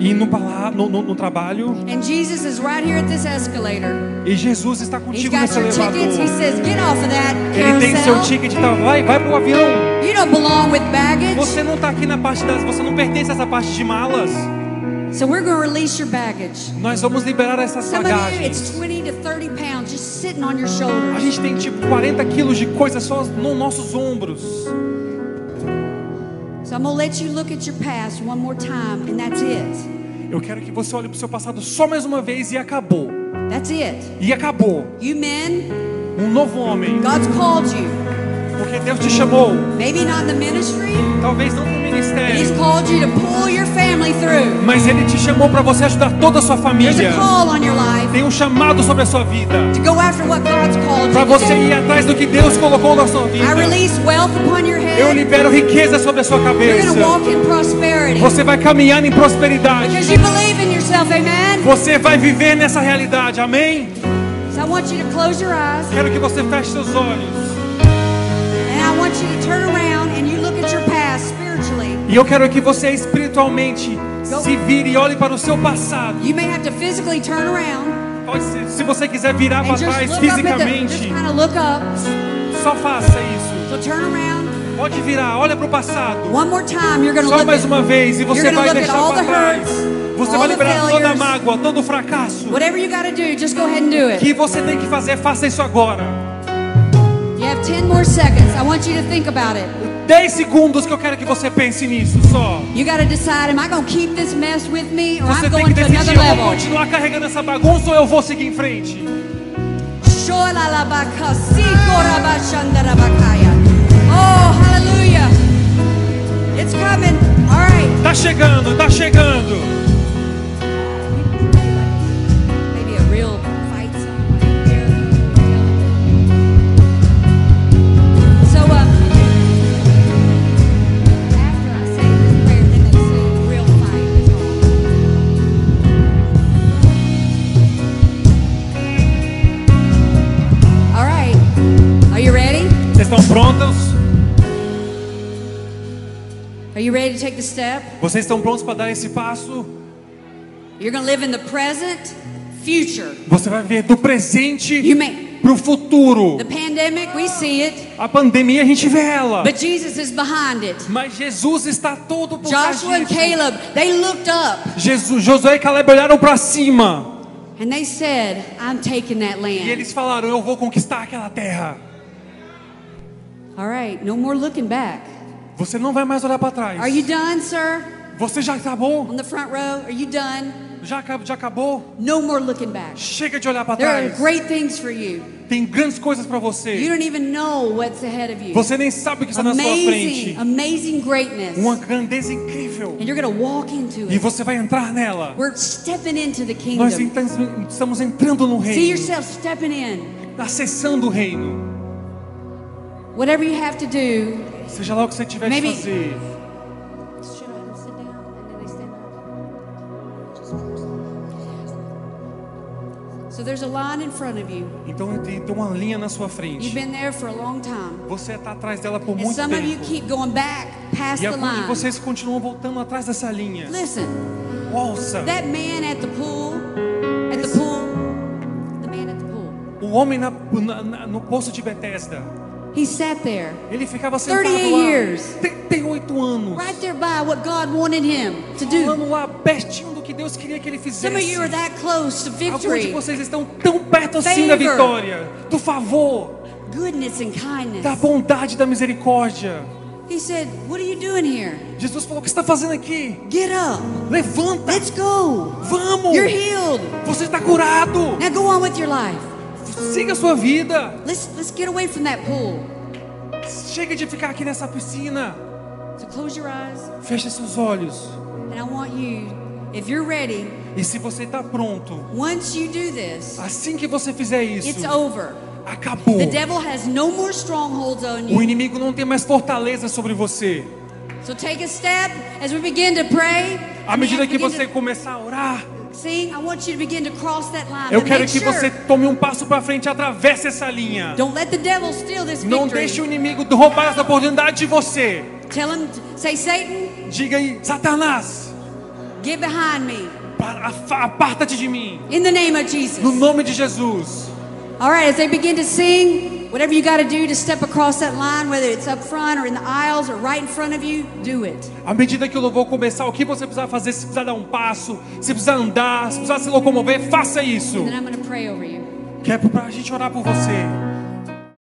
E no, pala- no, no- no trabalho
and Jesus is right here at this escalator.
e Jesus está
He's
contigo
got
nesse
your tickets. He
elevador.
says, Get off of that
Ele tem seu
carousel.
ticket, tá? Vai, vai pro avião.
You don't belong with baggage.
Você não tá aqui na parte das, você não pertence a essa parte de malas.
So we're going to release your baggage.
Nós vamos liberar essas
Some of you,
bagagens.
it's 20 to 30 pounds just sitting on your
A
shoulders.
gente tem tipo 40 quilos de coisa só nos nossos ombros.
So I'm going to let you look at your past one more time, and that's it.
Eu quero que você olhe pro seu passado só mais uma vez e acabou.
That's it.
E acabou.
You men,
Um novo homem.
God's called you.
Porque Deus te chamou.
Maybe not the ministry,
Talvez não pro
but He's
ministério.
called you to pull your family through.
Mas Ele te chamou para você ajudar toda a sua
There's
família.
a call on your life
Tem um chamado sobre a sua vida.
to go after what God's called
Para
you to
você
do.
ir atrás do que Deus colocou na sua
I
vida.
release wealth upon your
Eu
head.
libero riqueza sobre a sua
You're going
cabeça.
to walk in prosperity
Você vai caminhar em prosperidade.
because you believe in yourself, amen?
Você vai viver nessa realidade. Amém?
So I want you to close your eyes
Quero que você feche seus olhos.
and I want you to turn around and you look at your past spiritually.
E eu quero que você espiritualmente se vire e olhe para o seu passado.
You may have to physically turn around
pode, se, se você quiser virar para
And just
trás
look up at the, just
fisicamente,
kind of look up.
só faça isso.
So turn around.
Pode virar, olha para o passado.
One more time, you're going to
Só
look
mais
at
uma vez e você
You're gonna
vai
look at
deixar
all
para
the
trás.
hurts,
Você
all
vai
the
liberar toda a
failures.
mágoa, todo o fracasso.
whatever you got to do, just go ahead and do
O
it.
que você tem que fazer, faça isso agora.
You have 10 more seconds. I want you to think about it.
10 segundos que eu quero que você pense nisso só.
You got to decide am I going to keep this mess with me or
Você
I'm
tem que
going to another
decidir, eu vou
level?
continuar carregando essa bagunça ou eu vou seguir em frente?
Sholalabakasikorabashandarabakaya. Oh, hallelujah. It's coming. All right.
Tá chegando, tá chegando.
Maybe a real fight somewhere. here. So, um, after I say this prayer, then they say real fight is on. All right. Are you ready?
Vocês estão prontos?
Are you ready to take the step?
Vocês estão prontos para dar esse passo?
You're going to live in the present, future.
Você vai ver do
You
presente
may.
pro futuro.
The pandemic, we see it,
A pandemia a gente vê ela.
but Jesus is behind it.
Mas Jesus está todo por trás
Joshua and
disso.
Caleb, they looked up
Jesus, Josué e Caleb olharam para cima
and they said, I'm taking that
e
land.
eles falaram: Eu vou conquistar aquela terra.
All right, no more looking back.
Você não vai mais olhar para
Are you
trás.
done, sir?
Você já acabou?
On the front row, are you done?
Já, acab- já acabou?
No more looking back.
Chega de olhar para
There are
trás.
great things for you.
Tem grandes coisas para
You
você.
don't even know what's ahead of you.
Você nem sabe o que está na sua
Amazing,
frente.
amazing greatness.
Uma
And
grandeza incrível.
you're going to walk into
E
it.
você vai entrar nela.
We're stepping into the
Nós
kingdom.
enten- estamos entrando no
See
reino,
yourself stepping in.
acessando Tá o reino.
Whatever you have to do.
Seja lá o que você tiver
Maybe-
de fazer.
Should I have them sit down and then they stand up? So there's a line in front of you.
Então tem tem uma linha na sua
You've
frente.
been there for a long time.
Você está atrás dela por
And
muito
some of you
tempo.
keep going back past
E
the
alguns de
line.
vocês continuam voltando atrás dessa linha.
Listen,
Ouça,
that man at the pool, at the pool, the man at the pool,
o homem na- na- na- no poço de Bethesda,
he sat there,
ele ficava sentado
38 years.
lá 38 anos,
right there by what God wanted him to do.
falando lá pertinho do que Deus queria que ele
Some of you are
fizesse.
that close to
Alguns de
victory.
vocês estão tão perto assim da
Favor.
vitória, do favor,
Goodness and
da
kindness.
bondade, da misericórdia.
He said, What are you doing here?
Jesus falou: O que você está fazendo aqui?
Get up.
Levanta,
Let's go.
vamos!
You're healed.
Você está curado!
Now go on with your life.
Siga a sua vida!
Let's let's get away from that pool.
Chega de ficar aqui nessa piscina!
So close your eyes,
Feche seus olhos.
and I want you, if you're ready,
E se você está pronto,
once you do this,
assim que você fizer isso,
it's over.
acabou.
The devil has no more strongholds on
O
you.
inimigo não tem mais fortaleza sobre você.
So take a step as we begin to pray.
À medida
as we
que
begin
você começar a orar,
to sing, I want you to begin to cross that line.
eu
but
quero
make
que
sure,
você tome um passo para frente e atravesse essa linha.
don't let the devil steal this
Não
victory.
deixe o inimigo roubar essa oportunidade de você.
Tell him, say, Satan,
Diga aí, Satanás,
get behind me
para- afa- aparta-te de mim.
in the name of Jesus.
No nome de Jesus.
All right, as they begin to sing, whatever you got to do to step across that line, whether it's up front or in the aisles or right in front of you, do it.
À medida que o louvor começar, o que você precisar fazer? Se precisar dar um passo, se precisar andar, se precisar se locomover, faça isso.
And then I'm going to pray over you.
Que é pra gente orar por você.